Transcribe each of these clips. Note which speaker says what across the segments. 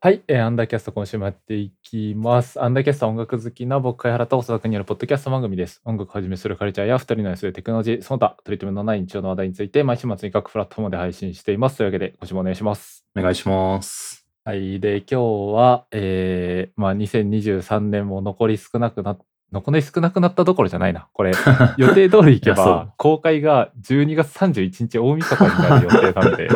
Speaker 1: はい、えー、アンダーキャスト今週もやっていきます。アンダーキャストは音楽好きな僕、貝原と細田君によるポッドキャスト番組です。音楽をはじめするカルチャーや二人の s でテクノロジー、その他、取り留めのない日常の話題について、毎週末に各プラットフォームで配信しています。というわけで、ご視聴お願いします。
Speaker 2: お願いします。
Speaker 1: はい、で、今日は、えー、まあ、2023年も残り少なくなっ残り少なくなったどころじゃないな。 これ、予定通りいけば、公開が12月31日大晦日になる予定なんで。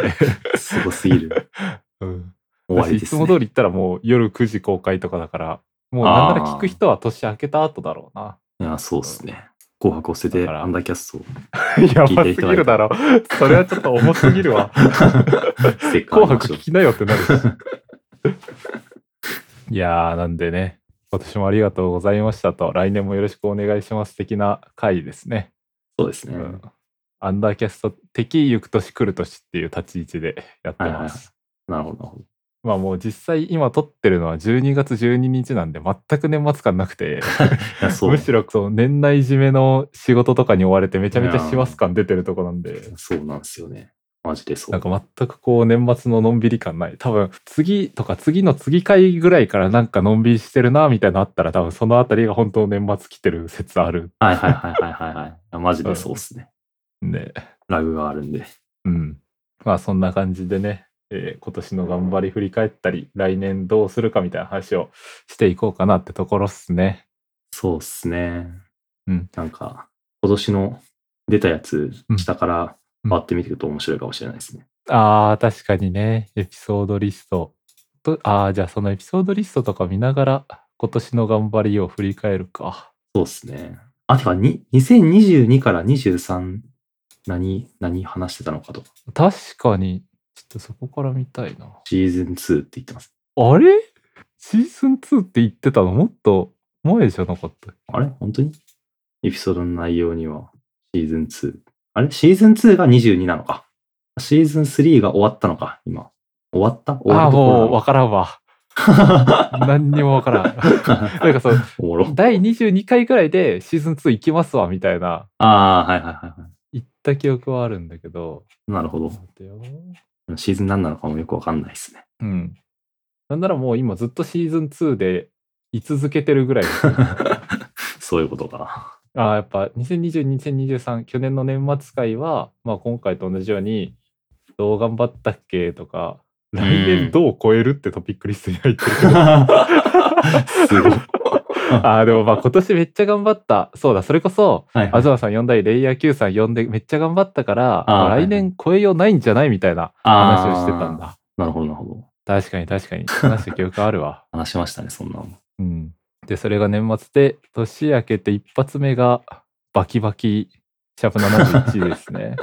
Speaker 2: すごすぎる。
Speaker 1: うん。終わり、ね、いつも通り行ったらもう夜9時公開とかだから、もうなんなら聞く人は年明けた後だろうな。
Speaker 2: いや、そうっすね。紅白を捨ててアンダーキャストを
Speaker 1: やばすぎるだろ。それはちょっと重すぎる わ。 紅白聞きなよってなるし。 いやー、なんでね、今年もありがとうございましたと、来年もよろしくお願いします的な回ですね。
Speaker 2: そうですね。うん、
Speaker 1: アンダーキャスト的行く年来る年っていう立ち位置でやってます。
Speaker 2: はいはい、なるほど。
Speaker 1: まあもう実際今撮ってるのは12月12日なんで全く年末感なくてむしろそう年内締めの仕事とかに追われてめちゃめちゃ師走感出てるとこなんで
Speaker 2: そうなんですよねマジでそう
Speaker 1: なんか全くこう年末ののんびり感ない多分次とか次の次回ぐらいからなんかのんびりしてるなみたいなのあったら多分そのあたりが本当年末来てる説ある
Speaker 2: はいはいはいはいはいはいマジでそうっすね、
Speaker 1: うん、ね
Speaker 2: ラグがあるんで
Speaker 1: うんまあそんな感じでねえー、今年の頑張り振り返ったり、来年どうするかみたいな話をしていこうかなってところっすね。
Speaker 2: そうっすね。
Speaker 1: うん。
Speaker 2: なんか、今年の出たやつ、下から割ってみてると面白いかもしれないですね。
Speaker 1: うんうん、ああ、確かにね。エピソードリストと、ああ、じゃあそのエピソードリストとか見ながら、今年の頑張りを振り返るか。
Speaker 2: そうっすね。あ、てか、2022から23、何、何話してたのかと。
Speaker 1: 確かに、ちょっとそこから見たいな。
Speaker 2: シーズン2って言ってます。
Speaker 1: あれシーズン2って言ってたのもっと前じゃなかった
Speaker 2: あれ本当にエピソードの内容にはシーズン2。あれシーズン2が22なのか。シーズン3が終わったのか、今。終わった終わ
Speaker 1: ああ、もうわからんわ。何にもわからん。 なんかそう、第22回ぐらいでシーズン2行きますわ、みたいな。
Speaker 2: ああ、はいはいはい。
Speaker 1: 行った記憶はあるんだけど。
Speaker 2: なるほど。シーズン何なのかもよくわかんないですね。
Speaker 1: うん。なんならもう今ずっとシーズン2で居続けてるぐらい。
Speaker 2: そういうことか。
Speaker 1: ああ、やっぱ2020、2023、去年の年末回は、まあ今回と同じように、どう頑張ったっけとか、来年どう超えるってトピックリストに入ってる。
Speaker 2: すごい。
Speaker 1: ああ、でもまあ今年めっちゃ頑張った。そうだ、それこそ、はいはい、東さん呼んだり、レイヤー Q さん呼んでめっちゃ頑張ったから、来年超えようないんじゃないみたいな話をしてたんだ。
Speaker 2: なるほど、なるほど。
Speaker 1: 確かに確かに。話した記憶あるわ。
Speaker 2: 話しましたね、そんなの。
Speaker 1: うん。で、それが年末で、年明けて一発目が、バキバキ、シャープ71です ね。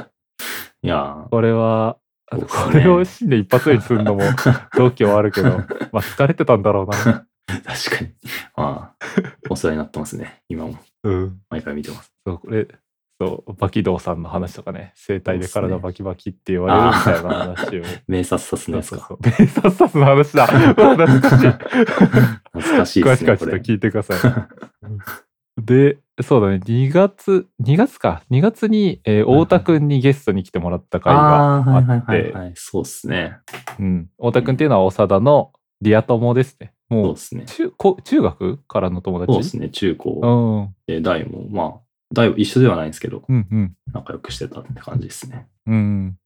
Speaker 2: いや
Speaker 1: これは、ね、これを死んで一発目にするの も、同期はあるけど、まあ疲れてたんだろうな。
Speaker 2: 確かに。まあ、お世話になってますね、今も。
Speaker 1: うん。
Speaker 2: 毎回見てます。
Speaker 1: そう、これ、そう、バキドウさんの話とかね、生体で体バキバキって言われるみたいな話を。
Speaker 2: 名察察のやつか。
Speaker 1: 名察察の話 だ。懐かしい。
Speaker 2: 懐かしいです
Speaker 1: ね。詳しくはちょっと聞いてくださ い。で、そうだね、2月、2月か、2月に、えー、太田くんにゲストに来てもらった回があって、
Speaker 2: そうっすね。
Speaker 1: うん。太田くんっていうのは、長田のリア友ですね。も
Speaker 2: うそうです、
Speaker 1: ね、中中学からの友達
Speaker 2: そうですね、中高。で、大も、まあ、大一緒ではないんですけど、
Speaker 1: うんうん、
Speaker 2: 仲良くしてたって感じですね。
Speaker 1: うん。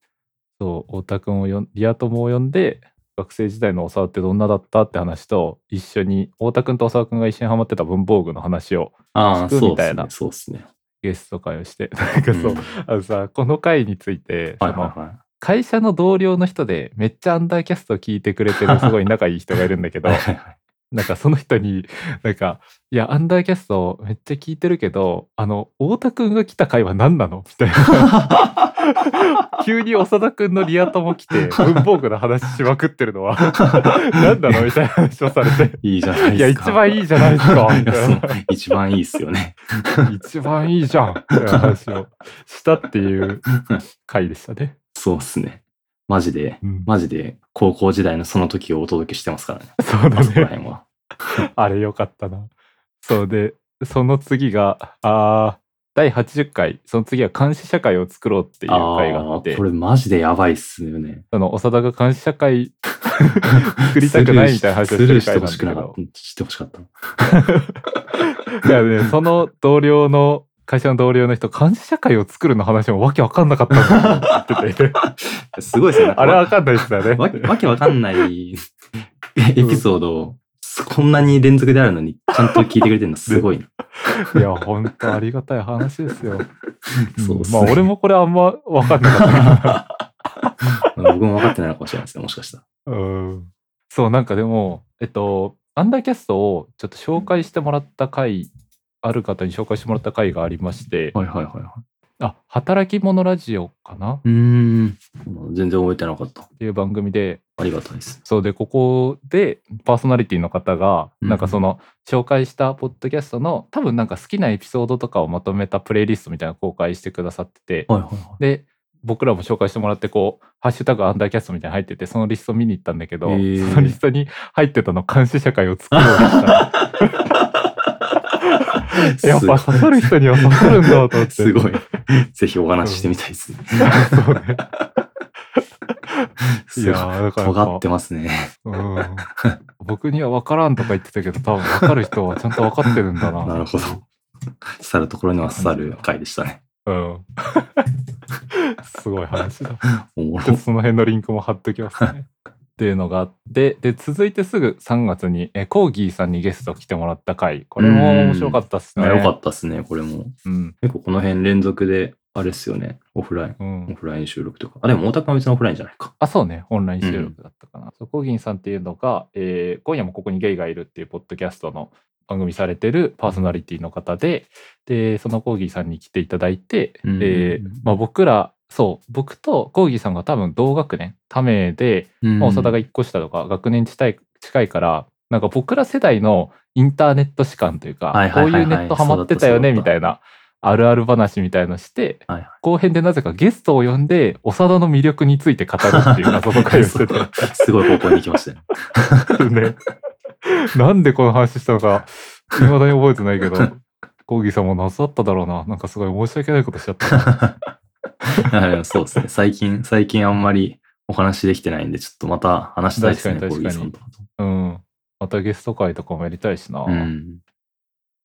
Speaker 1: そう、太田君をよん、リア友を呼んで、学生時代の小沢ってどんなだったって話と、一緒に、太田君と小沢君が一緒にハマってた文房具の話を聞くみたいな。
Speaker 2: そうですね。
Speaker 1: ゲスト会をして、なんかそう、うん、あのさ、この回について、
Speaker 2: はいはいはい、
Speaker 1: 会社の同僚の人でめっちゃアンダーキャストを聞いてくれてるすごい仲いい人がいるんだけ どなんかその人になんか「いやアンダーキャストめっちゃ聞いてるけどあの太田君が来た回は何なの?」みたい な急に長田君のリア友来て文房具の話しまくってるのは何なのみたいな話をされて
Speaker 2: いいじゃない
Speaker 1: いや一番いいじゃないですか みたいな
Speaker 2: 一番いいっすよね
Speaker 1: 一番いいじゃんって話をしたっていう回でしたね。
Speaker 2: そうっすね。マジで、うん、マジで、高校時代のその時をお届けしてますからね。
Speaker 1: そうだ
Speaker 2: ね。あ,
Speaker 1: あれよかったな。そうで、その次が、あ第80回、その次は監視社会を作ろうっていう回があって。
Speaker 2: これマジでやばいっすよね。
Speaker 1: あの、長田が監視社会 作りたくないみたいな話をして
Speaker 2: スルー
Speaker 1: る
Speaker 2: して
Speaker 1: 回な
Speaker 2: ほ
Speaker 1: んだ
Speaker 2: し
Speaker 1: け
Speaker 2: くなかっ
Speaker 1: ど
Speaker 2: た。してほしかった。
Speaker 1: いやね、 その同僚の、会社の同僚の人、監視社会を作るの話もわけわかんなか ったって言ってて、
Speaker 2: すごいですよね。
Speaker 1: あれわかんないっす よね。
Speaker 2: わけわけわかんな いエピソードを、こんなに連続であるのに、ちゃんと聞いてくれてるの すごいな。
Speaker 1: いや、ほんとありがたい話ですよ。
Speaker 2: そうっ
Speaker 1: ん
Speaker 2: す
Speaker 1: ま
Speaker 2: ね
Speaker 1: あ、俺もこれあんまわかんなかったけど。
Speaker 2: 僕も分かってないのかもしれないですね、もしかしたら。
Speaker 1: うんそう、なんかでも、えっと、アンダーキャストをちょっと紹介してもらった回、ある方に紹介してもらった回がありまして、
Speaker 2: はいはいはいはい。
Speaker 1: あ、働き者ラジオかなっ
Speaker 2: うーん。全然覚えてなかった。
Speaker 1: ていう番組で、
Speaker 2: ありがたいです。
Speaker 1: そうで、ここでパーソナリティの方が、
Speaker 2: うん
Speaker 1: なんかその、紹介したポッドキャストの、多分なんか好きなエピソードとかをまとめたプレイリストみたいなの公開してくださってて、
Speaker 2: はいはいは
Speaker 1: で、僕らも紹介してもらって、こう、ハッシュタグアンダーキャストみたいに入ってて、そのリスト見に行ったんだけど、
Speaker 2: へー
Speaker 1: そのリストに入ってたの、監視社会を作ろうとした。
Speaker 2: い。
Speaker 1: やっぱ刺さる人には刺さるんだと思って。
Speaker 2: すごい。ぜひお話ししてみたい ですね。
Speaker 1: そうね。い
Speaker 2: す
Speaker 1: や
Speaker 2: ごい。
Speaker 1: ーだからやぱ
Speaker 2: 尖ってますね。
Speaker 1: うん、僕には分からんとか言ってたけど、多分分かる人はちゃんと分かってるんだな。
Speaker 2: なるほど。 刺さるところには刺さる回でしたね。
Speaker 1: うん。すごい話だ。ち
Speaker 2: おもろ
Speaker 1: ょっと。その辺のリンクも貼っときます ね。っていうのがあって、で、続いてすぐ3月に、え、コーギーさんにゲスト来てもらった回。これも面白かったっすね。
Speaker 2: あよかったですね、これも。
Speaker 1: た。うん。
Speaker 2: 結構この辺連続で、あれっすよね。オフライン。
Speaker 1: う
Speaker 2: オ
Speaker 1: ん。
Speaker 2: フライン収録とか。あ、でも大田君は別にオフラインじゃないか。
Speaker 1: あ、そうね。オンライン収録だったかな。そうコーギーさんっていうのが、えー今夜もここにゲイがいるっていうポッドキャストの番組されてるパーソナリティの方で、で、そのコーギーさんに来ていただいて、
Speaker 2: うん
Speaker 1: で、まあ僕ら、そう、僕とコーギーさんが多分同学年、多名で、まあ、長田が1個下とか学年近い近いからなんか僕ら世代のインターネット史観というか
Speaker 2: はい
Speaker 1: こ
Speaker 2: は
Speaker 1: う
Speaker 2: いはい
Speaker 1: い
Speaker 2: は
Speaker 1: ネ
Speaker 2: いう
Speaker 1: ットハマってたよね
Speaker 2: そうだ
Speaker 1: み
Speaker 2: った
Speaker 1: たいなあるある話みたいのして、
Speaker 2: はいはい
Speaker 1: 後編でなぜかゲストを呼んで長田の魅力について語るってい う謎の会をしてて
Speaker 2: すごい方向に行きましたね。
Speaker 1: ね なんでこの話したのか未だに覚えてないけどコーギーさんも謎だっただろうななんかすごい申し訳ないことしちゃった
Speaker 2: あでもそうですね。最近、最近あんまりお話できてないんで、ちょっとまた話したいですね、コ
Speaker 1: 確か
Speaker 2: ー
Speaker 1: に
Speaker 2: ギー
Speaker 1: 確
Speaker 2: さ
Speaker 1: かに
Speaker 2: んとかと。
Speaker 1: うんまたゲスト会とかもやりたいしな、
Speaker 2: うん。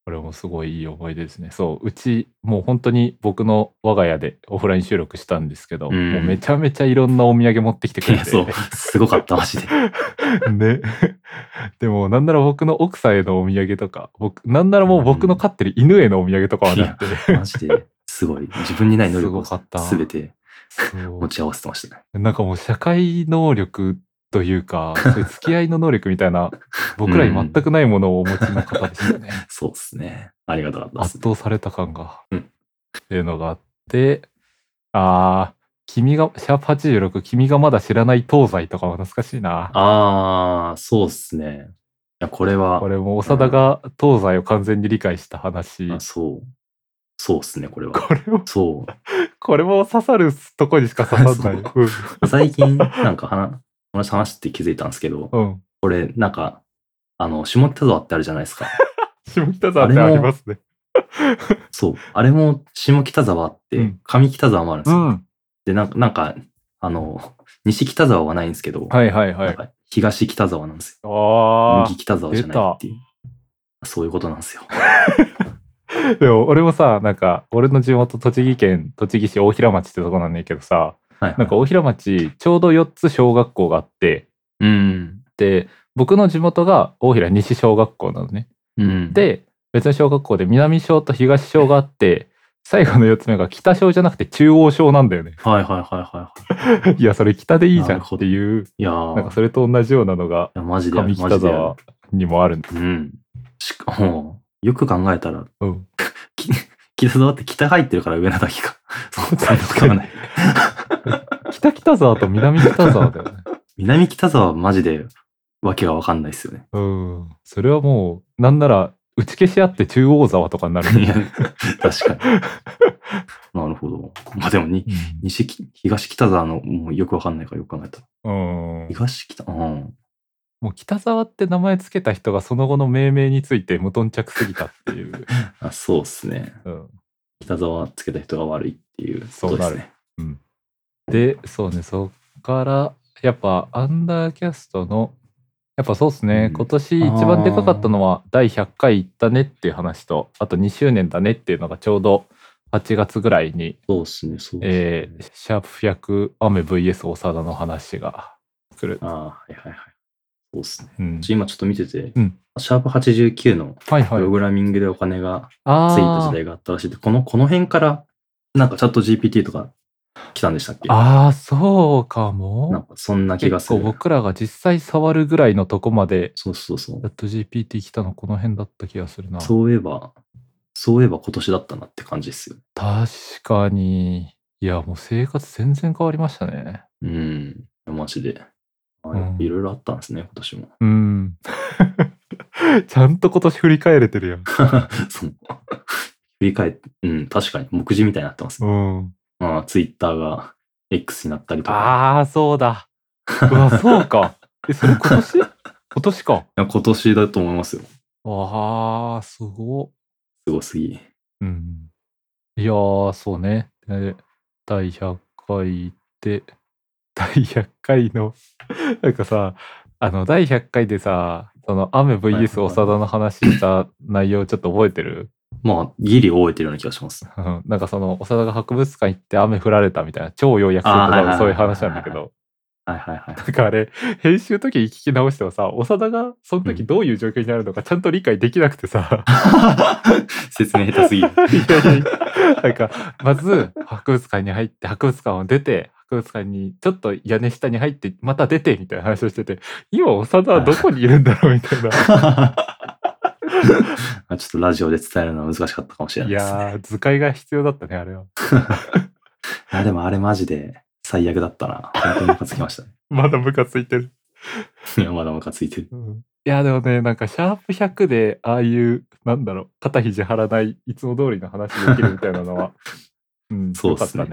Speaker 1: これもすごいいい思い出ですね。そう、うち、もう本当に僕の我が家でオフライン収録したんですけど、
Speaker 2: うん
Speaker 1: もうめちゃめちゃいろんなお土産持ってきてく
Speaker 2: い
Speaker 1: れ
Speaker 2: や、
Speaker 1: て。
Speaker 2: そう。すごかった、マジで。
Speaker 1: ね。 でも、なんなら僕の奥さんへのお土産とか、僕、なんならもう僕の飼ってる犬へのお土産とかはなくて。
Speaker 2: マジで、すごい。自分にない能力を
Speaker 1: すごかった
Speaker 2: すべて
Speaker 1: そう
Speaker 2: 持ち合わせてましたね。
Speaker 1: なんかもう社会能力というか、そういう付き合いの能力みたいな、僕らに全くないものをお持ちの方でしたね。
Speaker 2: そうですね。ありがたかったです
Speaker 1: 圧。倒された感が、
Speaker 2: うん
Speaker 1: っていうのがあってあー君がシャープ86君がまだ知らない東西とかは懐かしいな
Speaker 2: あー、そうですね。いや、これは
Speaker 1: こ、れも長田が東西を完全に理解した話、
Speaker 2: あそう。そうですね、これは。
Speaker 1: これも
Speaker 2: そう。
Speaker 1: これも刺さるとこにしか刺さんない
Speaker 2: そ最近、なんか話、同じ話して気づいたんですけど、
Speaker 1: うん、うん、
Speaker 2: これ、なんか、あの、下北沢ってあるじゃないですか。
Speaker 1: 下北沢ってありますね
Speaker 2: そう。あれも、下北沢あっ
Speaker 1: う
Speaker 2: て
Speaker 1: ん、
Speaker 2: 上北沢もあるんですよ。
Speaker 1: ん
Speaker 2: で、なんか、なんか、あの、西北沢はないんですけど、
Speaker 1: はいはいは
Speaker 2: なん
Speaker 1: い
Speaker 2: か東北沢なんですよ。
Speaker 1: あ
Speaker 2: 右北沢じゃないっていう。そういうことなんですよ。
Speaker 1: あでも俺もさなんか俺の地元栃木県栃木市大平町ってとこなんだけどさ
Speaker 2: はい。
Speaker 1: なんか、大平町ちょうど4つ小学校があって
Speaker 2: うん。
Speaker 1: で僕の地元が大平西小学校なのね。
Speaker 2: うん、、
Speaker 1: で別の小学校で南小と東小があって最後の4つ目が北小じゃなくて中央小なんだよね。
Speaker 2: はいはいはいはいはい。
Speaker 1: いやそれ北でいいじ
Speaker 2: な
Speaker 1: ゃん
Speaker 2: るほ
Speaker 1: って
Speaker 2: ど
Speaker 1: いう
Speaker 2: いや
Speaker 1: なん
Speaker 2: ー、
Speaker 1: か
Speaker 2: い
Speaker 1: それと同じようなのが
Speaker 2: やマジで、
Speaker 1: 上
Speaker 2: マ
Speaker 1: 北
Speaker 2: ジで。
Speaker 1: 沢にもあるんだ。
Speaker 2: うん。しかも、よく考えたら、
Speaker 1: うん、
Speaker 2: 北沢って北入ってるから上なだ けか。そうなんですかね。
Speaker 1: 北北沢と南北沢だよ ね。
Speaker 2: 南北沢はマジで、わけがわかんないです よね。
Speaker 1: うん、それはもうなんなら打ち消し合って中央沢とかになる。
Speaker 2: いや、確かに。なるほど。まあでもに、西き、東北沢の、もうよくわかんないからよく考えた
Speaker 1: う
Speaker 2: ら。
Speaker 1: ん、うん
Speaker 2: 東北、うん。
Speaker 1: もう北沢って名前つけた人がその後の命名について無頓着すぎたって いう。
Speaker 2: あ、そうっすね。
Speaker 1: うん
Speaker 2: 北沢つけた人が悪いっていうことですね。
Speaker 1: でそうねそっからやっぱアンダーキャストのやっぱそうですね、
Speaker 2: うん
Speaker 1: 今年一番でかかったのは第100回行ったねっていう話とあと2周年だねっていうのがちょうど8月ぐらいに、
Speaker 2: そうですね、そう
Speaker 1: え
Speaker 2: ですね。
Speaker 1: ーシャープ100雨 VS 長田の話が来る。
Speaker 2: ああ、はいはいはい。そうですね。
Speaker 1: うん
Speaker 2: ちょ今ちょっと見てて、
Speaker 1: うん
Speaker 2: シャープ89の
Speaker 1: はいは
Speaker 2: プ
Speaker 1: い
Speaker 2: ロ。グラミングでお金がついた
Speaker 1: あ
Speaker 2: 時
Speaker 1: ー
Speaker 2: 代があったらしいで、この、この辺から、なんかチャット GPT とか来たんでしたっけ
Speaker 1: あーそうか
Speaker 2: なん
Speaker 1: も。
Speaker 2: かそんな気が
Speaker 1: 結
Speaker 2: する
Speaker 1: 構。僕らが実際触るぐらいのとこまで
Speaker 2: そうそうそ
Speaker 1: チャ
Speaker 2: う。
Speaker 1: ット GPT 来たのこの辺だった気がするな。
Speaker 2: そういえば、そういえば今年だったなって感じですよ。
Speaker 1: 確かに。いや、もう生活全然変わりましたね。
Speaker 2: うん。マジで。あ
Speaker 1: うん
Speaker 2: いろいろあったんですね、今年も。
Speaker 1: うん。 ちゃんと今年振り返れてる
Speaker 2: その振り返って、うん、確かに、目次みたいになってます
Speaker 1: や
Speaker 2: ね。
Speaker 1: ん。うん。
Speaker 2: まあ、ツイッターが X になったりとか。
Speaker 1: ああ、そうだ。うわ、そうか。え、それ今 年今年か。
Speaker 2: いや今年だと思いますよ。
Speaker 1: ああ、すごっ。
Speaker 2: すごすぎ。
Speaker 1: うん。いやー、そうね。で第100回行って、第100回の、 なんかさ、あの、第100回でさ、その、雨
Speaker 2: はい
Speaker 1: VS 長田の話した内容ちょっと覚えてる、
Speaker 2: まあ、ギリ覚えてるような気がします。
Speaker 1: うんなんかその、長田が博物館行って雨降られたみたいな、超要約すると
Speaker 2: あーは
Speaker 1: 多
Speaker 2: いはい
Speaker 1: 分
Speaker 2: はい
Speaker 1: そういう話なんだけど、
Speaker 2: はいはいはい。
Speaker 1: なんかあれ、編集時に聞き直してもさ、長田がその時どういう状況になるのかちゃんと理解できなく てさ、
Speaker 2: 説明下手すぎる。
Speaker 1: いやいや なんか、まず、博物館に入って、博物館を出て、博物館に、ちょっと屋根下に入って、また出て、みたいな話をしてて、今、長田はどこにいるんだろうみ たいな。
Speaker 2: ちょっとラジオで伝えるのは難しかったかもしれないいですね。
Speaker 1: やー、図解が必要だったね、あれは。
Speaker 2: いやでもあれマジで最悪だったな。本当にムカつきま したね。
Speaker 1: まだムカついてる。
Speaker 2: いや、まだムカついてる。
Speaker 1: いや、でもね、なんか、シャープ100で、ああいう、なんだろう、肩肘張らない、いつも通りの話できるみたいなの は、うん、
Speaker 2: そう
Speaker 1: よ
Speaker 2: っ
Speaker 1: かっ
Speaker 2: すね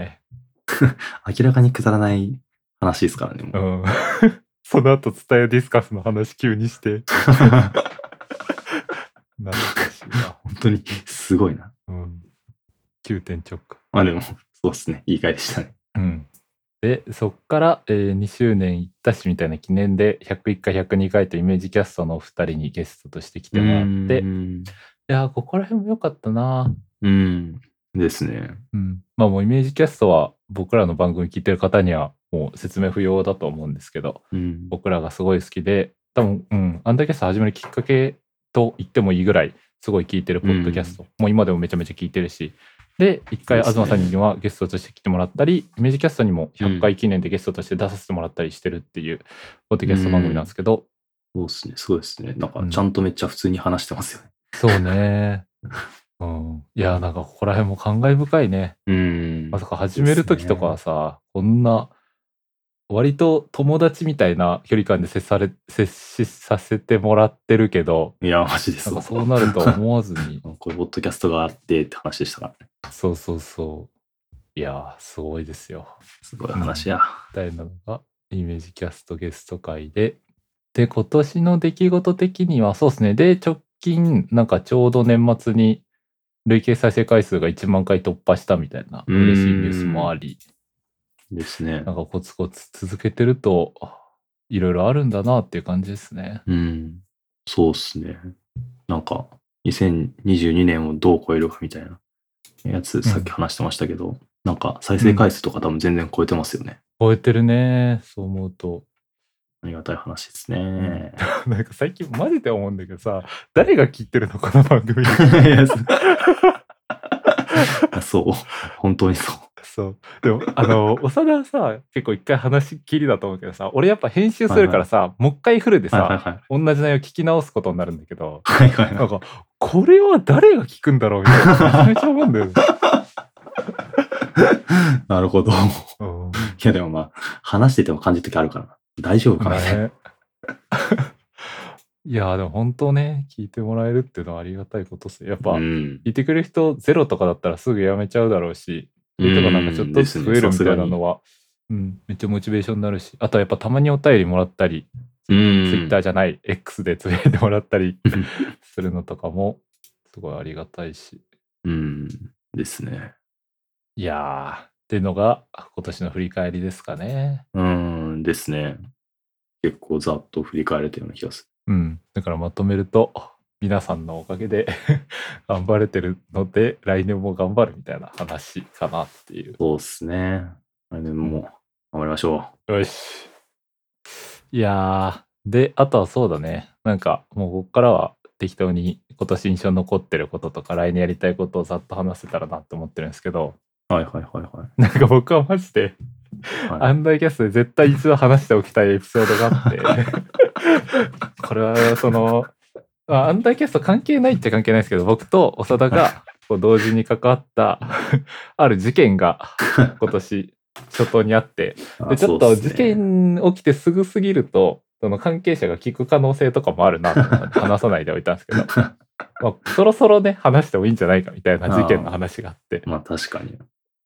Speaker 1: たね。
Speaker 2: 明らかにくだらない話ですからね。もう
Speaker 1: うん。 その後、伝えディスカスの話急にして、 懐
Speaker 2: 本
Speaker 1: かしいな。
Speaker 2: 当にすごいな。
Speaker 1: うん。急転直下。
Speaker 2: まあでも、そうですね。いい回でしたね。
Speaker 1: うん。で、そっから、えー2周年いったしみたいな記念で、101回、102回とイメージキャストのお二人にゲストとして来てもらって、
Speaker 2: う
Speaker 1: い
Speaker 2: ん。
Speaker 1: やー、ここら辺も良かったな。
Speaker 2: うん。ですね。
Speaker 1: うん。まあもうイメージキャストは僕らの番組聞いてる方にはもう説明不要だと思うんですけど、
Speaker 2: うん。
Speaker 1: 僕らがすごい好きで、多分、うん、アンダーキャスト始めるきっかけと言ってもいいぐらい、すごい聞いてるポッドキャスト、もう今でもめちゃめちゃ聞いてるし、で、一回、
Speaker 2: そうですね
Speaker 1: 東さんにはゲストとして来てもらったり、イメージキャストにも100回記念でゲストとして出させてもらったりしてるっていう、ポッドキャスト番組なんですけど、
Speaker 2: そうですね。すごいですね。なんか、ちゃんとめっちゃ普通に話してますよね。
Speaker 1: そうね。 うん、いや、なんかここら辺も感慨深いね。
Speaker 2: うん。
Speaker 1: まさか始める時とかはさ、こんな、割と友達みたいな距離感で接され接しさせてもらってるけど、
Speaker 2: いや、マジで
Speaker 1: な
Speaker 2: そ
Speaker 1: んか
Speaker 2: う。。
Speaker 1: そうなるとは思わずに
Speaker 2: これ、ポッドキャストがあってって話でしたからね。
Speaker 1: そうそうそう。いやー、すごいですよ。
Speaker 2: すごい話や。
Speaker 1: みたいなのが、イメージキャストゲスト会で。で、今年の出来事的には、そうですね。で、直近、なんかちょうど年末に、累計再生回数が1万回突破したみたいな、
Speaker 2: うーん
Speaker 1: 嬉しいニュースもあり、
Speaker 2: ですね
Speaker 1: な。んかコツコツ続けてると、いろいろあるんだなっていう感じですね。
Speaker 2: うん。そうっすね。なんか、2022年をどう超えるかみたいなやつ、さっき話してましたけど、なんか再生回数とか多分全然超えてますよね。
Speaker 1: 超えてるね。そう思うと。
Speaker 2: ありがたい話ですね。
Speaker 1: なんか最近マジで思うんだけどさ、誰が聞いてるのこの番組。
Speaker 2: いやそう そう。本当にそう。
Speaker 1: そう。でも、あの、長田はさ、結構一回話しっきりだと思うけどさ、俺やっぱ編集するからさ、もう一回フルでさ、
Speaker 2: はいはいはい。
Speaker 1: 同じ内容聞き直すことになるんだけど、
Speaker 2: はいはい
Speaker 1: な
Speaker 2: は
Speaker 1: んか、これは誰が聞くんだろうみたいな、めちゃめちゃ思うんだ よね。
Speaker 2: い。なるほど。い
Speaker 1: うん
Speaker 2: やでもまあ、話してても感じる時あるからな。大丈夫かな、
Speaker 1: ね いやーでも本当ね、聞いてもらえるっていうのはありがたいことっすよやっぱ、
Speaker 2: うん。
Speaker 1: 聞いてくれる人ゼロとかだったらすぐやめちゃうだろうし、
Speaker 2: う
Speaker 1: とかなんかちょっとずつ増えるみたいなの
Speaker 2: は。
Speaker 1: は、うん、めっちゃモチベーションになるし、あとはやっぱたまにお便りもらったり、
Speaker 2: う
Speaker 1: ツ
Speaker 2: ん。
Speaker 1: イッターじゃない、X でつぶやいてもらった り
Speaker 2: うん
Speaker 1: するのとかも、すごいありがたいし。
Speaker 2: うん。ですね。
Speaker 1: いやー、っていうのが、今年の振り返りですかね。
Speaker 2: うん、ですね。結構ざっと振り返れたような気がす
Speaker 1: うん、だからまとめると皆さんのおかげで 頑張れてるので来年も頑張るみたいな話かなっていう
Speaker 2: る。そうですね。来年も頑張りましょ
Speaker 1: よしいやーであとはそうだねなんかもうここからは適当に今年印象に残ってることとか来年やりたいことをざっと話せたらなって思ってるんですけど
Speaker 2: う。はいはいはいはい。
Speaker 1: なんか僕はマジで
Speaker 2: はい
Speaker 1: アンダーキャストで絶対一度話しておきたいエピソードがあっ てこれはその、まあ、アンダーキャスト関係ないっちゃ関係ないですけど僕と長田がこう同時に関わったある事件 が今年初頭にあってで
Speaker 2: あ
Speaker 1: ちょっ
Speaker 2: そう
Speaker 1: と
Speaker 2: すね
Speaker 1: 事件起きてすぐすぎるとその関係者が聞く可能性とかもあるなと思って話さないでおいたんです けど、まあ、そろそろね話してもいいんじゃないかみたいな事件の話があって
Speaker 2: まあ確かに。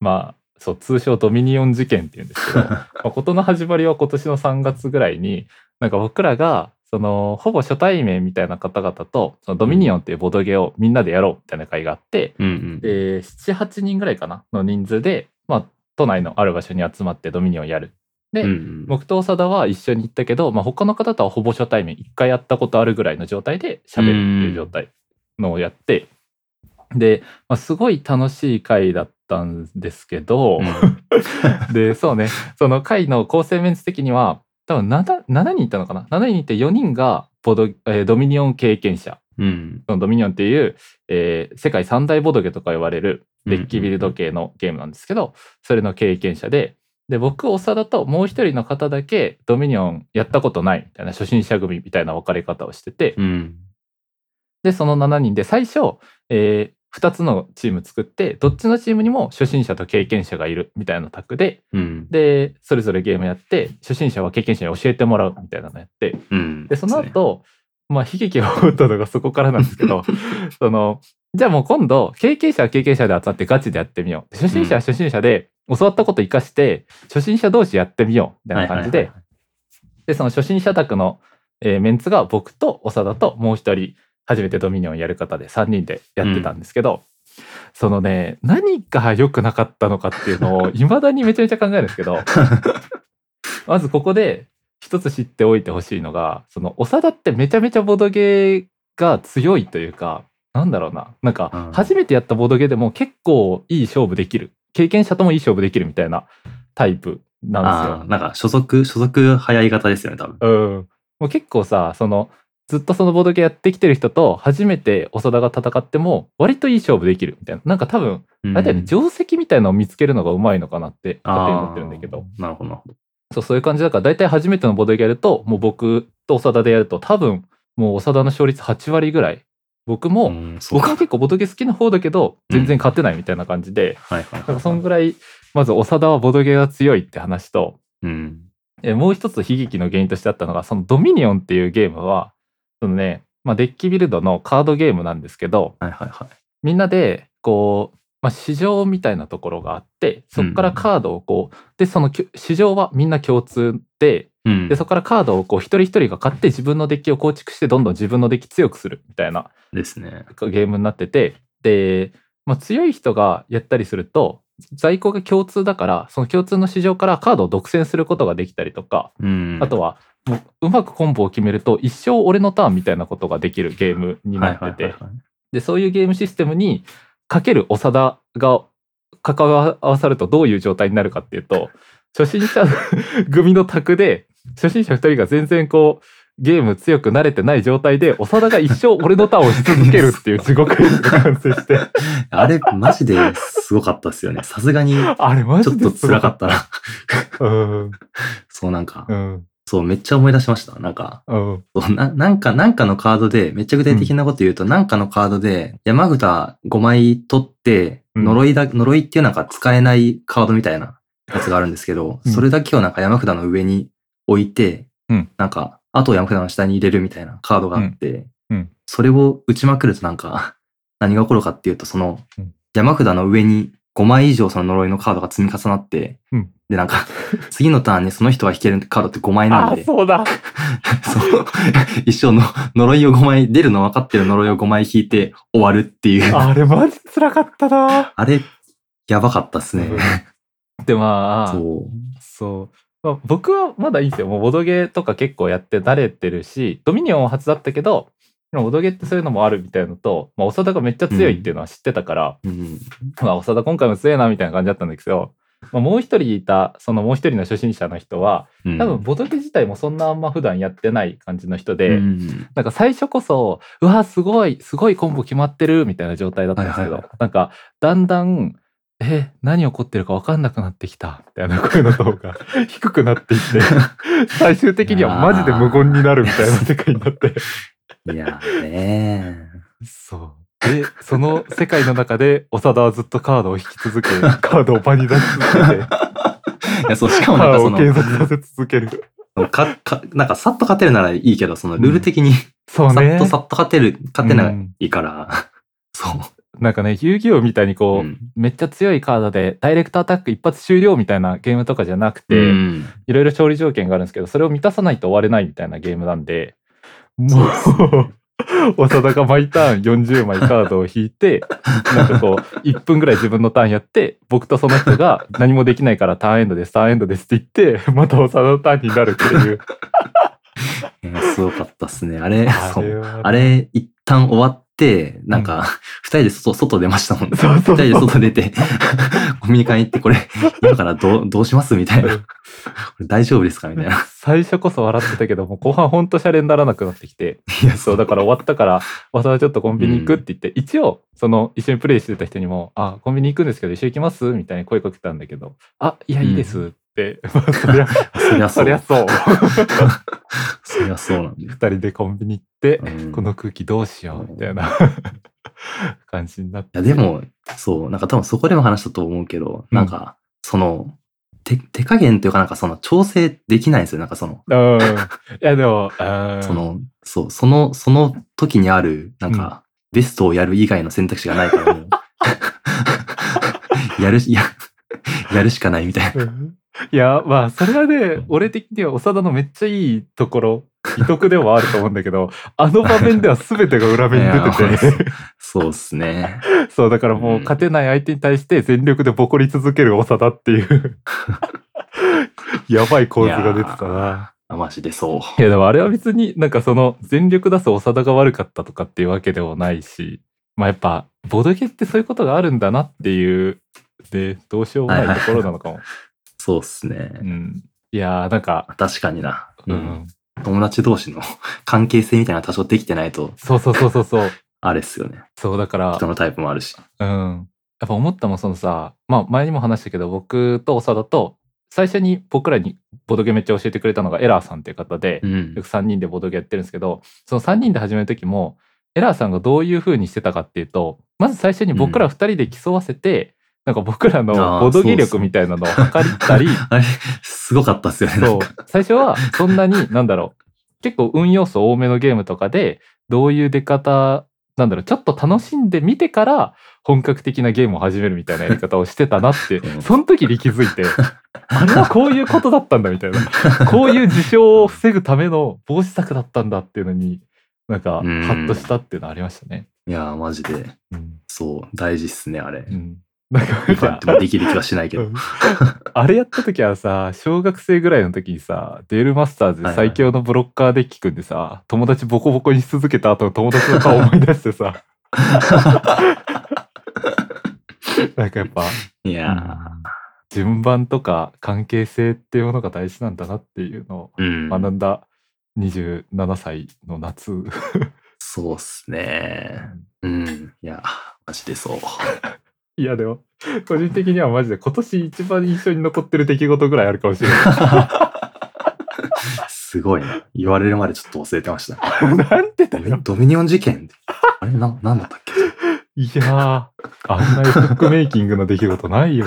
Speaker 1: まあそう通称ドミニオン事件っていうんですけどまあ、事の始まりは今年の3月ぐらいになんか僕らがそのほぼ初対面みたいな方々とそのドミニオンっていうボドゲをみんなでやろうみたいな会があって、
Speaker 2: うんうん。
Speaker 1: で78人ぐらいかなの人数で、まあ、都内のある場所に集まってドミニオンやる。で
Speaker 2: うんうん、
Speaker 1: 僕と長田は一緒に行ったけど、まあ、他の方とはほぼ初対面1回やったことあるぐらいの状態で喋るっていう状態のをやってで、まあ、すごい楽しい会だったんですけど、
Speaker 2: うん
Speaker 1: でそうねその会の構成面積的には多分 7, 7人いたのかな7人いて4人がボド、えードミニオン経験者
Speaker 2: うん。
Speaker 1: そのドミニオンっていう、えー世界三大ボドゲとか呼ばれるデッキビルド系のゲームなんですけど、それの経験者でで僕長田ともう一人の方だけドミニオンやったことないみたいな初心者組みたいな分かれ方をしてて、
Speaker 2: うん。
Speaker 1: でその7人で最初、え2つのチーム作ってどっちのチームにも初心者と経験者がいるみたいなタッグで
Speaker 2: うん。
Speaker 1: でそれぞれゲームやって初心者は経験者に教えてもらうみたいなのやって
Speaker 2: うん。
Speaker 1: でその
Speaker 2: ですね、
Speaker 1: 後、まあ悲劇が起こったのがそこからなんですけ どそのじゃあもう今度経験者は経験者で集まってガチでやってみよう初心者は初心者で教わったこと生かして初心者同士やってみようみたいな感じで、
Speaker 2: はいはいはい
Speaker 1: でその初心者宅の、えーメンツが僕と長田ともう一人初めてドミニオンやる方で3人でやってたんですけど、そのね何が良くなかったのかっていう のをいまだにめちゃめちゃ考えるんですけどまずここで一つ知っておいてほしいのがその長田ってめちゃめちゃボドゲーが強いというかなんだろうななん
Speaker 2: うん
Speaker 1: か初めてやったボドゲーでも結構いい勝負できる経験者ともいい勝負できるみたいなタイプなんですよ
Speaker 2: あ。ーなんか所属、所属早い方ですよね、多分。
Speaker 1: うん、もう結構さそのずっとそのボードゲーやってきてる人と初めて長田が戦っても割といい勝負できるみたいななんか多分あれだよね、
Speaker 2: うん
Speaker 1: 定石みたいのを見つけるのがうまいのかなって勝手に思ってるんだけど
Speaker 2: あー。なるほどなるほど。
Speaker 1: そうそういう感じだから大体初めてのボードゲーやるともう僕と長田でやると多分もう長田の勝率8割ぐらい僕も、
Speaker 2: うん、そう
Speaker 1: 僕
Speaker 2: か。
Speaker 1: は結構ボードゲー好きな方だけど全然勝てないみたいな感じで、
Speaker 2: はいは
Speaker 1: なん
Speaker 2: いは
Speaker 1: か
Speaker 2: い。
Speaker 1: そんぐらいまず長田はボードゲーが強いって話と
Speaker 2: うん。
Speaker 1: えーもう一つ悲劇の原因としてあったのがそのドミニオンっていうゲームはそのね、まあ、デッキビルドのカードゲームなんですけど
Speaker 2: はいはいはい。
Speaker 1: みんなでこう、まあ、市場みたいなところがあってそこからカードをこう、でそのきゅ市場はみんな共通で
Speaker 2: うん
Speaker 1: でそこからカードをこう一人一人が買って自分のデッキを構築してどんどん自分のデッキ強くするみたいな
Speaker 2: ですね。
Speaker 1: ゲームになっててで、まあ、強い人がやったりすると在庫が共通だからその共通の市場からカードを独占することができたりとか
Speaker 2: うん。
Speaker 1: あとはもううまくコンボを決めると一生俺のターンみたいなことができるゲームになって
Speaker 2: はい
Speaker 1: て
Speaker 2: はいはいはい
Speaker 1: でそういうゲームシステムにかける長田が関わさるとどういう状態になるかっていうと初心者組の卓で初心者2人が全然こうゲーム強く慣れてない状態で長田が一生俺のターンをし続けるっていう地獄が完成して
Speaker 2: あれ、マジですごかったですよね。さすがに、ちょ
Speaker 1: あれ マジ
Speaker 2: っ
Speaker 1: で
Speaker 2: と
Speaker 1: すご
Speaker 2: 辛かったな。
Speaker 1: た。うん
Speaker 2: そうなんか
Speaker 1: う、ん
Speaker 2: そう、めっちゃ思い出しました。なんか、
Speaker 1: うん
Speaker 2: そうななんか、なんかのカードで、めっちゃ具体的なこと言うと、なんかのカードで、山札5枚取って、
Speaker 1: うん
Speaker 2: 呪いだ、呪いっていうなんか使えないカードみたいなやつがあるんですけど、
Speaker 1: うん
Speaker 2: それだけをなんか山札の上に置いて、
Speaker 1: うん
Speaker 2: なんか、あと山札の下に入れるみたいなカードがあって、
Speaker 1: うんうん
Speaker 2: それを打ちまくるとなんか、 何が起こるかっていうと、その
Speaker 1: うん、
Speaker 2: 山札の上に5枚以上その呪いのカードが積み重なって、
Speaker 1: うん
Speaker 2: で、なんか、次のターンにその人が引けるカードって5枚な
Speaker 1: あ
Speaker 2: ん
Speaker 1: ー
Speaker 2: で、
Speaker 1: そうだ
Speaker 2: そう。一生の呪いを5枚、出るの分かってる呪いを5枚引いて終わるっていう。 あ
Speaker 1: あれマジ辛かったな。
Speaker 2: れ、やばかったっすね。
Speaker 1: でまあ
Speaker 2: そう。
Speaker 1: そう。まあ僕はまだいいんですよ。もうボドゲとか結構やって慣れてるし、ドミニオンは初だったけど、でもボドゲってそういうのもあるみたいのと、まあ、長田がめっちゃ強いっていうのは知ってたから、
Speaker 2: うん。
Speaker 1: まあ、長田今回も強いなみたいな感じだったんですけど、まあ、もう一人いた、そのもう一人の初心者の人は、
Speaker 2: うん
Speaker 1: 多分、ボドゲ自体もそんなあんま普段やってない感じの人で、
Speaker 2: うん
Speaker 1: なんか最初こそ、うわ、すごい、すごいコンボ決まってるみたいな状態だったんですけど、
Speaker 2: はいは
Speaker 1: なんか、だんだん、え、何起こってるか分かんなくなってきた、みたいな声の方 が低くなってい って、最終的にはマジで無言になるみたいな世界になって。
Speaker 2: いやーね
Speaker 1: そう。で、その世界の中で、長田はずっとカードを引き続け、 カードを場に出し 続けて、
Speaker 2: ーいや、そう、しか
Speaker 1: カ
Speaker 2: もなん
Speaker 1: ー
Speaker 2: か
Speaker 1: ド
Speaker 2: そ
Speaker 1: を
Speaker 2: の、
Speaker 1: 継続させ続ける。
Speaker 2: かかなんかさっと勝てるならいいけど、そのルール的に、
Speaker 1: そう
Speaker 2: さっ
Speaker 1: ね
Speaker 2: と。さっと勝てる、勝てないから、 そう。
Speaker 1: なんかね、遊戯王みたいにこう、
Speaker 2: うん
Speaker 1: めっちゃ強いカードでダイレクトアタック一発終了みたいなゲームとかじゃなくて、
Speaker 2: うん
Speaker 1: いろいろ勝利条件があるんですけどそれを満たさないと終われないみたいなゲームなんで
Speaker 2: そ
Speaker 1: も
Speaker 2: うです
Speaker 1: う長田が毎ターン40枚カードを引いてなんかこう1分ぐらい自分のターンやって僕とその人が何もできないからターンエンドですターンエンドですって言ってまた長田のターンになるっていう
Speaker 2: いやすごかったっすね。 あれ、
Speaker 1: あ
Speaker 2: そう
Speaker 1: れは
Speaker 2: あれ、一旦終わって、なんか、二人で外、外出ましたもんね。
Speaker 1: そうそうそう
Speaker 2: 二人で外出て、 コミュニカに行って、これ、今からどう、どうしますみたいな。これ大丈夫ですかみたいな。
Speaker 1: 最初こそ笑ってたけどもう後半ほんとシャレにならなくなってきて
Speaker 2: いや、
Speaker 1: そう、だから終わった から、わざわざちょっとコンビニ行くって言って、一応、その、一緒にプレイしてた人にも、あ、コンビニ行くんですけど、一緒に行きますみたいに声かけたんだけど、あ、いや、
Speaker 2: うん
Speaker 1: いいですって、まあそりゃ、
Speaker 2: そりゃそ
Speaker 1: そりゃそう。
Speaker 2: う。そりゃそうなんだよ
Speaker 1: 二人でコンビニ行って、
Speaker 2: うん
Speaker 1: この空気どうしようみたいな感じになって。
Speaker 2: いや、でも、そう、なんか多分そこでも話したと思うけど、
Speaker 1: うん
Speaker 2: なんか、その、手、手加減というか、なんかその、調整できないんですよ。なんかその、
Speaker 1: うん。いや、でも、うん
Speaker 2: その、そう、その、その時にある、なんか、ベストをやる以外の選択肢がないからも う、やるし、や、やるしかないみたいな。
Speaker 1: うんいや、まあ、それはね、俺的には長田のめっちゃいいところ、美徳ではあると思うんだけど、あの場面では全てが裏目に出
Speaker 2: い
Speaker 1: て
Speaker 2: や
Speaker 1: て。
Speaker 2: そうっすね。
Speaker 1: そう、だからもう勝てない相手に対して全力でボコり続ける長田っていう。 やばい構図が出てたな。
Speaker 2: あ、マジでそう。
Speaker 1: いや、でもあれは別になんかその全力出す長田が悪かったとかっていうわけでもないし、まあやっぱ、ボドゲってそういうことがあるんだなっていう、で、どうしようもないところなのかも。
Speaker 2: そうっすね。
Speaker 1: うん。いやー、なんか、
Speaker 2: 確かにな。
Speaker 1: う。
Speaker 2: うんん。友達同士の 関係性みたいなのが多少できてないと、
Speaker 1: そうそうそうそうそう。
Speaker 2: あれっすよね。
Speaker 1: そう、だから
Speaker 2: 人、のタイプもあるし。
Speaker 1: うん。やっぱ思ったもんそのさ、まあ前にも話したけど、僕と長田と、最初に僕らにボドゲめっちゃ教えてくれたのがエラーさんっていう方で、
Speaker 2: うん
Speaker 1: よ。く3人でボドゲやってるんですけど、その3人で始める時も、エラーさんがどういう風にしてたかっていうと、まず最初に僕ら2人で競わせて、なんか僕らの
Speaker 2: あー
Speaker 1: ボドゲ力みたいなのを測ったり、
Speaker 2: あれ、すごかったっすよね。 な
Speaker 1: そ
Speaker 2: ん
Speaker 1: う
Speaker 2: か。
Speaker 1: 最初はそんなに、なんだろう、結構運要素多めのゲームとかで、どういう出方、なんだろう、ちょっと楽しんでみてから、本格的なゲームを始めるみたいなやり方をしてたなって
Speaker 2: う、ん
Speaker 1: その時に気づ いて、あれはこういうことだったんだみたいな、こういう事象を防ぐための防止策だったんだっていうのに、なんか、ハ
Speaker 2: うん
Speaker 1: ッとしたっていうのありましたね。
Speaker 2: いやー、マジで。
Speaker 1: うん。
Speaker 2: そう、大事っすね、あれ。
Speaker 1: うんなんか
Speaker 2: 今やってもできる気はしないけ
Speaker 1: う
Speaker 2: ど
Speaker 1: ん。あれやった時はさ小学生ぐらいの時にさデュエルマスターズで最強のブロッカーデッキ組んでさ、友達ボコボコにし続けた後の友達の顔思い出して さなんかやっぱ
Speaker 2: いやー。
Speaker 1: 順番とか関係性っていうものが大事なんだなっていうのを
Speaker 2: うん。
Speaker 1: 学んだ27歳の夏、
Speaker 2: そうっすね。うん。いや、マジでそう。
Speaker 1: いやでも個人的にはマジで今年一番印象に残ってる出来事ぐらいあるかもしれない
Speaker 2: すごいな。言われるまでちょっと忘れてました。
Speaker 1: なんてだ
Speaker 2: ド
Speaker 1: よ
Speaker 2: ミドミニオン事件あれな、なんだったっけ
Speaker 1: いやー、あんなエポックメイキングの出来事 ないよ。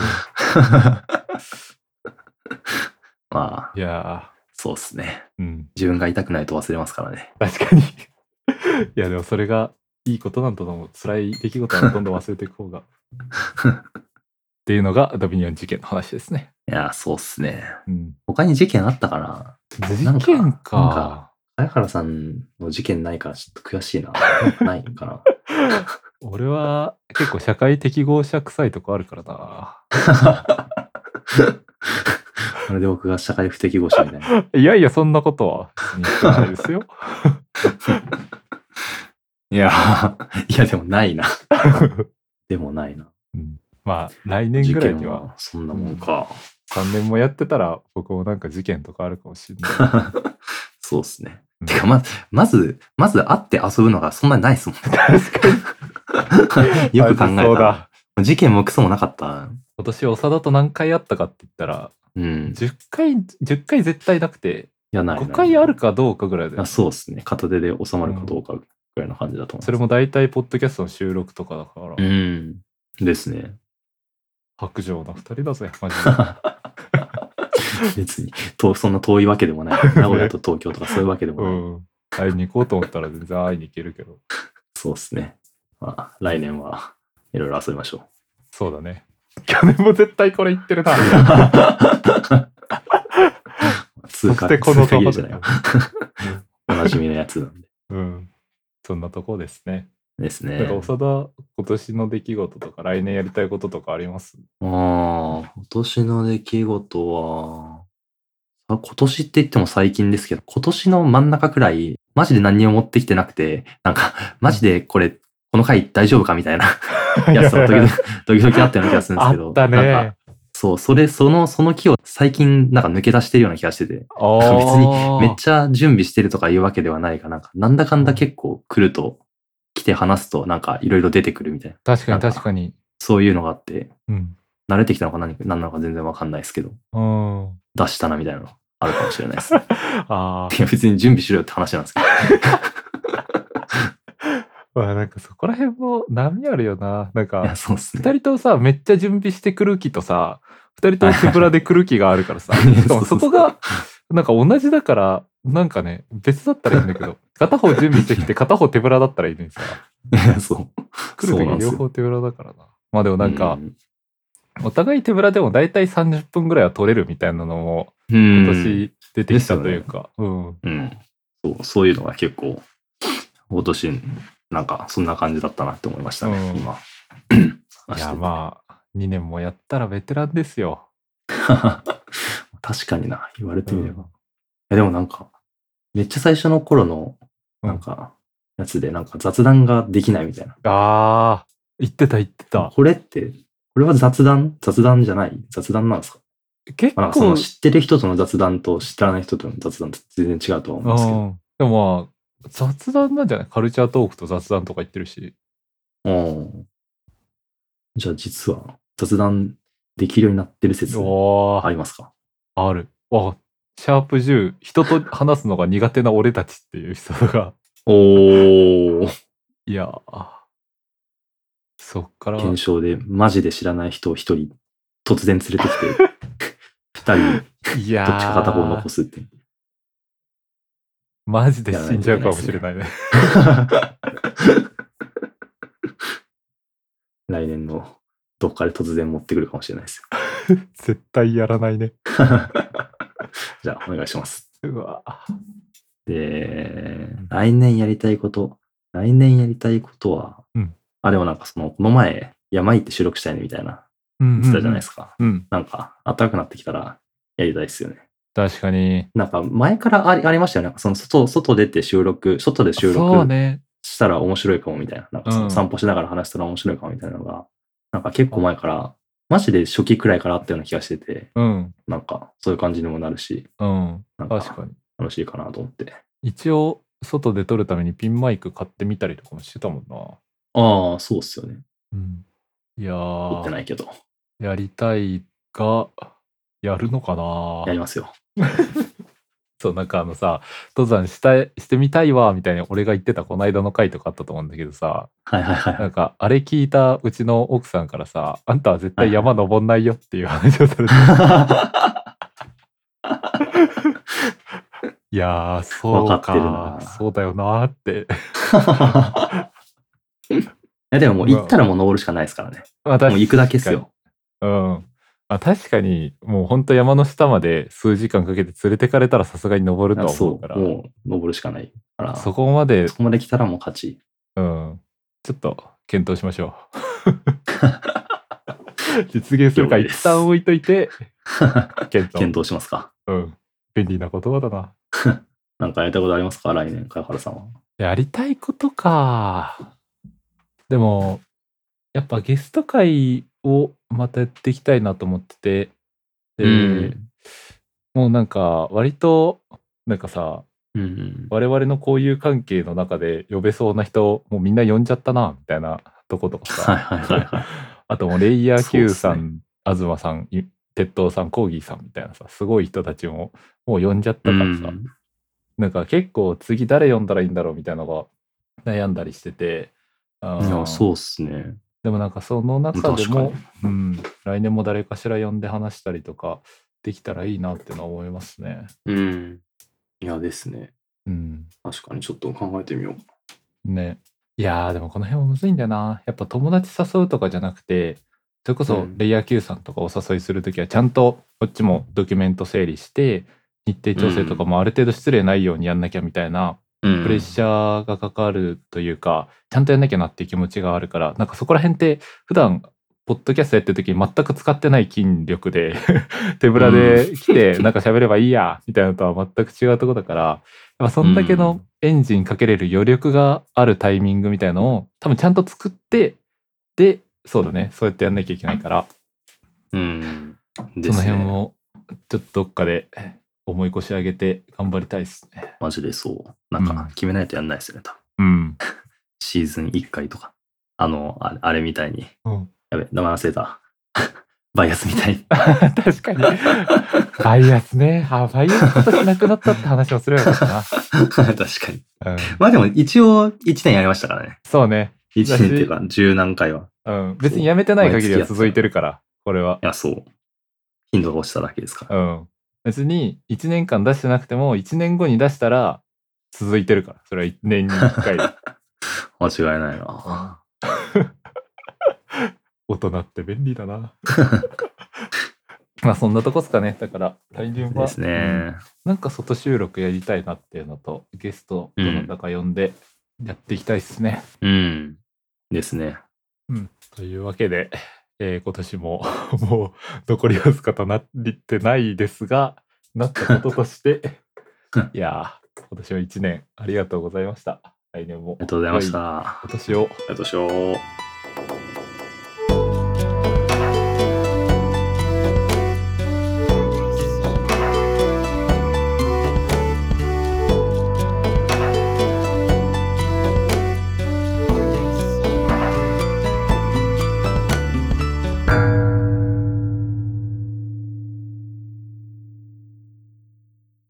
Speaker 2: まあ、
Speaker 1: いや
Speaker 2: そうっすね。
Speaker 1: ー、うん、
Speaker 2: 自分が痛くないと忘れますからね。
Speaker 1: 確かに。い や、でもそれがいいことなんだと思う。辛い出来事はどんどん忘れていく方が。っていうのがドミニオン事件の話ですね。
Speaker 2: いや、そうっすね。
Speaker 1: うん、
Speaker 2: 他に事件あったかなな
Speaker 1: 事
Speaker 2: んか
Speaker 1: 件か
Speaker 2: なんか早原さんの事件ないからちょっと悔しいな。ないかな。
Speaker 1: 俺は結構社会適合者臭いとこあるからな。
Speaker 2: それで僕が社会不適合者みたいな。
Speaker 1: いやいや、そんなこと は気にしてないですよ。
Speaker 2: いや、いやでもないな。でもないな。
Speaker 1: まあ、来年ぐらいには、
Speaker 2: そんなもんか。
Speaker 1: 3年もやってたら、僕もなんか事件とかあるかもしれ ない。
Speaker 2: そうっすね。
Speaker 1: うん
Speaker 2: てか、ま、まず、まず会って遊ぶのがそんなにないっ すもんね。
Speaker 1: 確かに。
Speaker 2: よく考えた
Speaker 1: あそう
Speaker 2: ら。
Speaker 1: だ。
Speaker 2: 事件もクソもなかった。
Speaker 1: 今年、長田と何回あったかって言ったら、
Speaker 2: うん。
Speaker 1: 10回、10回絶対なくて、
Speaker 2: いや、ないない。
Speaker 1: 5回あるかどうかぐらいだよ
Speaker 2: あそうっすね。片手で収まるかどうかぐらいの感じだと思う。
Speaker 1: それも大体、ポッドキャストの収録とかだから、
Speaker 2: うん。ですね。
Speaker 1: 白状な2人だ ぜ、マジで。
Speaker 2: 別に、とそんな遠いわけでも ない。名古屋と東京とかそういうわけで
Speaker 1: う
Speaker 2: もない。
Speaker 1: ん。会いに行こうと思ったら全然会いに行けるけど。
Speaker 2: そうですね。まあ、来年はいろいろ遊びまし ょう。
Speaker 1: そうだね。去年も絶対これ言ってるな。
Speaker 2: 通
Speaker 1: そ
Speaker 2: 過
Speaker 1: してこの
Speaker 2: 通
Speaker 1: 玉
Speaker 2: 過儀礼
Speaker 1: で
Speaker 2: じゃないわおなじみのやつなんで。
Speaker 1: うん。そんなとこですね。
Speaker 2: です
Speaker 1: なんか
Speaker 2: ね。
Speaker 1: 長田、今年の出来事とか、来年やりたいこととかあります
Speaker 2: あー今年の出来事は、あ今年って言っても最近ですけど、今年の真ん中くらい、マジで何にも持ってきてなくて、なんか、マジでこれ、この回大丈夫かみたいなやつが時々、時々あったような気がするんで
Speaker 1: あ
Speaker 2: すけど。
Speaker 1: った
Speaker 2: なんか
Speaker 1: ね。
Speaker 2: そう、それ、その、その木を最近なんか抜け出してるような気がしてて、
Speaker 1: あ
Speaker 2: 別
Speaker 1: ー
Speaker 2: めっちゃ準備してるとかいうわけではないが、なんか、なんだかんだ結構来ると、来て話すと、なんかいろいろ出てくるみたいな、
Speaker 1: 確か
Speaker 2: なん
Speaker 1: に
Speaker 2: か
Speaker 1: 確かに。
Speaker 2: そういうのがあって、
Speaker 1: うん。
Speaker 2: 慣れてきたのか何か何なのか全然わかんないですけど、
Speaker 1: うん。
Speaker 2: 出したなみたいなのあるかもしれないです、ね。
Speaker 1: あ
Speaker 2: いや別に準備しろよって話なんですけど。
Speaker 1: あ。まあなんかそこら辺も波あるよな。なん
Speaker 2: いや、
Speaker 1: か、
Speaker 2: そうっす
Speaker 1: 二
Speaker 2: ね。
Speaker 1: 人ともさ、めっちゃ準備してくる気とさ、二人とも手ぶらで来る気があるから さ。しかもそこが、なんか同じだから、なんかね、別だったらいいんだけ ど、片方準備してきて片方手ぶらだったらいいのにさ、
Speaker 2: いやそう。
Speaker 1: 来る
Speaker 2: そうなん
Speaker 1: 時
Speaker 2: ですよ
Speaker 1: 両方手ぶらだからな。まあでもなんか
Speaker 2: う、ん、
Speaker 1: お互い手ぶらでも大体30分ぐらいは取れるみたいなのも、
Speaker 2: 今
Speaker 1: 今年出てきたというか、うん。
Speaker 2: うん。そう、そういうのが結構、今年、なんか、そんな感じだったなって思いましたね、
Speaker 1: うん
Speaker 2: 今。
Speaker 1: いや、まあ、2年もやったらベテランですよ。
Speaker 2: あ。確かにな、言われてみれば。いやでもなんか、めっちゃ最初の頃の、なんか、やつで、なんか雑談ができないみたいな。
Speaker 1: ああ、言ってた言ってた。
Speaker 2: これって、これは雑談雑談じゃない雑談なんですか
Speaker 1: 結
Speaker 2: まあなんかそ
Speaker 1: 構
Speaker 2: の、知ってる人との雑談と知らない人との雑談って全然違うとは思うんですけど
Speaker 1: うん。でもまあ、雑談なんじゃないカルチャートークと雑談とか言ってるし。。
Speaker 2: うんじゃあ実は雑談できるようになってる説
Speaker 1: おー
Speaker 2: ありますか
Speaker 1: ある。あ、シャープ10、人と話すのが苦手な俺たちっていう人 が、
Speaker 2: おお
Speaker 1: いやー、そっから、
Speaker 2: 検証でマジで知らない人を一人突然連 れてきて、二人
Speaker 1: いや
Speaker 2: どっちか片方
Speaker 1: ー
Speaker 2: 残、すって。
Speaker 1: マジで死んじゃうかもしれないね。
Speaker 2: 来年のどっかで突然持ってくるかもしれないですよ。
Speaker 1: 絶対やらないね。
Speaker 2: じゃあお願いします。
Speaker 1: うわ
Speaker 2: で、来年やりたいこと、来年やりたいことは、
Speaker 1: うん
Speaker 2: あ、でもなんかその、この前、山行って収録したいねみたいな、
Speaker 1: うん
Speaker 2: 言ってたじゃないですか。
Speaker 1: うんうん。
Speaker 2: なんか、暖かくなってきたら、やりたいですよね。
Speaker 1: 確かに。
Speaker 2: なんか、前からありありましたよね。なんかその外、外出て収録、外で収
Speaker 1: そう
Speaker 2: 録
Speaker 1: ね。
Speaker 2: したら面白いかもみたいな。なんかその、
Speaker 1: うん
Speaker 2: 散歩しながら話したら面白いかもみたいなのが、なんか結構前から、マジで初期くらいからあったような気がしてて、
Speaker 1: うん。
Speaker 2: なんか、そういう感じにもなるし、
Speaker 1: うん。
Speaker 2: なんか、
Speaker 1: 確かに。
Speaker 2: 楽しいかなと思って。
Speaker 1: 一応、外で撮るためにピンマイク買ってみたりとかもしてたもんな。
Speaker 2: ああ、そうっすよね。
Speaker 1: うん。いや
Speaker 2: 撮って
Speaker 1: ー、
Speaker 2: ないけど。
Speaker 1: やりたいが、やるのかな
Speaker 2: やりますよ。
Speaker 1: そう、なんかあのさ、登山したい、してみたいわ、みたいに俺が言ってたこの間の回とかあったと思うんだけどさ、
Speaker 2: はいはいはい。
Speaker 1: なんかあれ聞いたうちの奥さんからさ、あんたは絶対山登んないよっていう話をされて、いやー、そう
Speaker 2: わ
Speaker 1: か、
Speaker 2: かってるな
Speaker 1: そうだよなーって。
Speaker 2: いやでももう行ったらもう登るしかないですからね。
Speaker 1: まあ
Speaker 2: もう行くだけですよ。
Speaker 1: うん。まあ、確かに、もう本当山の下まで数時間かけて連れてかれたらさすがに登るとは思
Speaker 2: そう
Speaker 1: から
Speaker 2: う、、もう登るしかないから、
Speaker 1: そ
Speaker 2: そ
Speaker 1: こまで、
Speaker 2: こまで来たらもう勝ち。
Speaker 1: うん、ちょっと検討しましょう。実現するか
Speaker 2: 了解で
Speaker 1: 一
Speaker 2: す
Speaker 1: 旦置いといて、検討。
Speaker 2: 検討しますか。
Speaker 1: うん。便利な言葉だな。
Speaker 2: なんかやりたいことありますか来年、茅原さんは。
Speaker 1: やりたいことか。でも、やっぱゲスト会をまたやっていきたいなと思ってて、で、
Speaker 2: うん
Speaker 1: もうなんか割と、なんかさ、
Speaker 2: うんうん。
Speaker 1: 我々の交友関係の中で呼べそうな人、もうみんな呼んじゃったな、みたいなとことかさ
Speaker 2: はい、はいはいはい。
Speaker 1: あともうレイヤー Q さ
Speaker 2: そ
Speaker 1: ん、東さん、い鉄塔さん、コーギーさんみたいなさ、すごい人たちももう呼んじゃった
Speaker 2: う
Speaker 1: からさ、
Speaker 2: ん。
Speaker 1: なんか結構次誰読んだらいいんだろうみたいなのが悩んだりしてて、あ
Speaker 2: い
Speaker 1: ー
Speaker 2: や、そうっすね。
Speaker 1: でもなんかその中で
Speaker 2: 確か
Speaker 1: もう
Speaker 2: に、
Speaker 1: ん、来年も誰かしら呼んで話したりとかできたらいいなってのは思いますね。
Speaker 2: うん。いやですね。
Speaker 1: うん。
Speaker 2: 確かにちょっと考えてみようか。
Speaker 1: ね。いやーでもこの辺もむずいんだよな。やっぱ友達誘うとかじゃなくて、それこ
Speaker 2: う
Speaker 1: そ
Speaker 2: ん
Speaker 1: レイヤー Q さんとかお誘いするときはちゃんとこっちもドキュメント整理して、日程調整とかもある程度失礼ないようにやんなきゃみたいな
Speaker 2: うん
Speaker 1: プレッシャーがかかるというか、ちゃんとやんなきゃなっていう気持ちがあるから、なんかそこら辺って普段、ポッドキャストやってる時に全く使ってない筋力で 手ぶらで来てなんか喋ればいいやみたいなのとは全く違うとこだからやっぱそんだけ
Speaker 2: う
Speaker 1: の
Speaker 2: ん
Speaker 1: エンジンかけれる余力があるタイミングみたいのを多分ちゃんと作ってでそうだねそうやってやんなきゃいけないから、
Speaker 2: うん。
Speaker 1: そ
Speaker 2: で
Speaker 1: の
Speaker 2: す
Speaker 1: 辺
Speaker 2: ね。
Speaker 1: をちょっとどっかで思い越し上げて頑張りたいですね。
Speaker 2: マジでそう。なん
Speaker 1: うん
Speaker 2: か、決めないとやんないですよね、多
Speaker 1: う
Speaker 2: 分。
Speaker 1: ん、
Speaker 2: シーズン1回とか。あの、あれあれみたいに。
Speaker 1: うん
Speaker 2: やべ、名前忘れた。 バイアスみたいに。
Speaker 1: 確かに。バイアスね。あ、バイアスとしなくなったって話もすればよかっ
Speaker 2: 確かに。
Speaker 1: たな。うん、
Speaker 2: まあでも、一応、1年やりましたからね。
Speaker 1: そうね。
Speaker 2: 1年っていうか、十何回は。。
Speaker 1: うん。別にやめてない限りは続いてるから、これはい
Speaker 2: や、そう。頻度が落ちただけですから。
Speaker 1: うん。別に1年間出してなくても、1年後に出したら続いてるから。それは1年に1回。
Speaker 2: 間違いないな。
Speaker 1: 大人って便利だ な。まあそんなとこっすかね。だから来年は。
Speaker 2: ですね。
Speaker 1: なんか外収録やりたいなっていうのと、ゲストどなたか呼んでやっていきたいっすね。
Speaker 2: うん。ですね。
Speaker 1: というわけで、えー今年も もう残りわずかとなってないですがなったこととしていやー今年は1年ありがとうございました来年も
Speaker 2: ありがとうございまし
Speaker 1: 良
Speaker 2: た。
Speaker 1: 今年を
Speaker 2: ありがとうございましょう。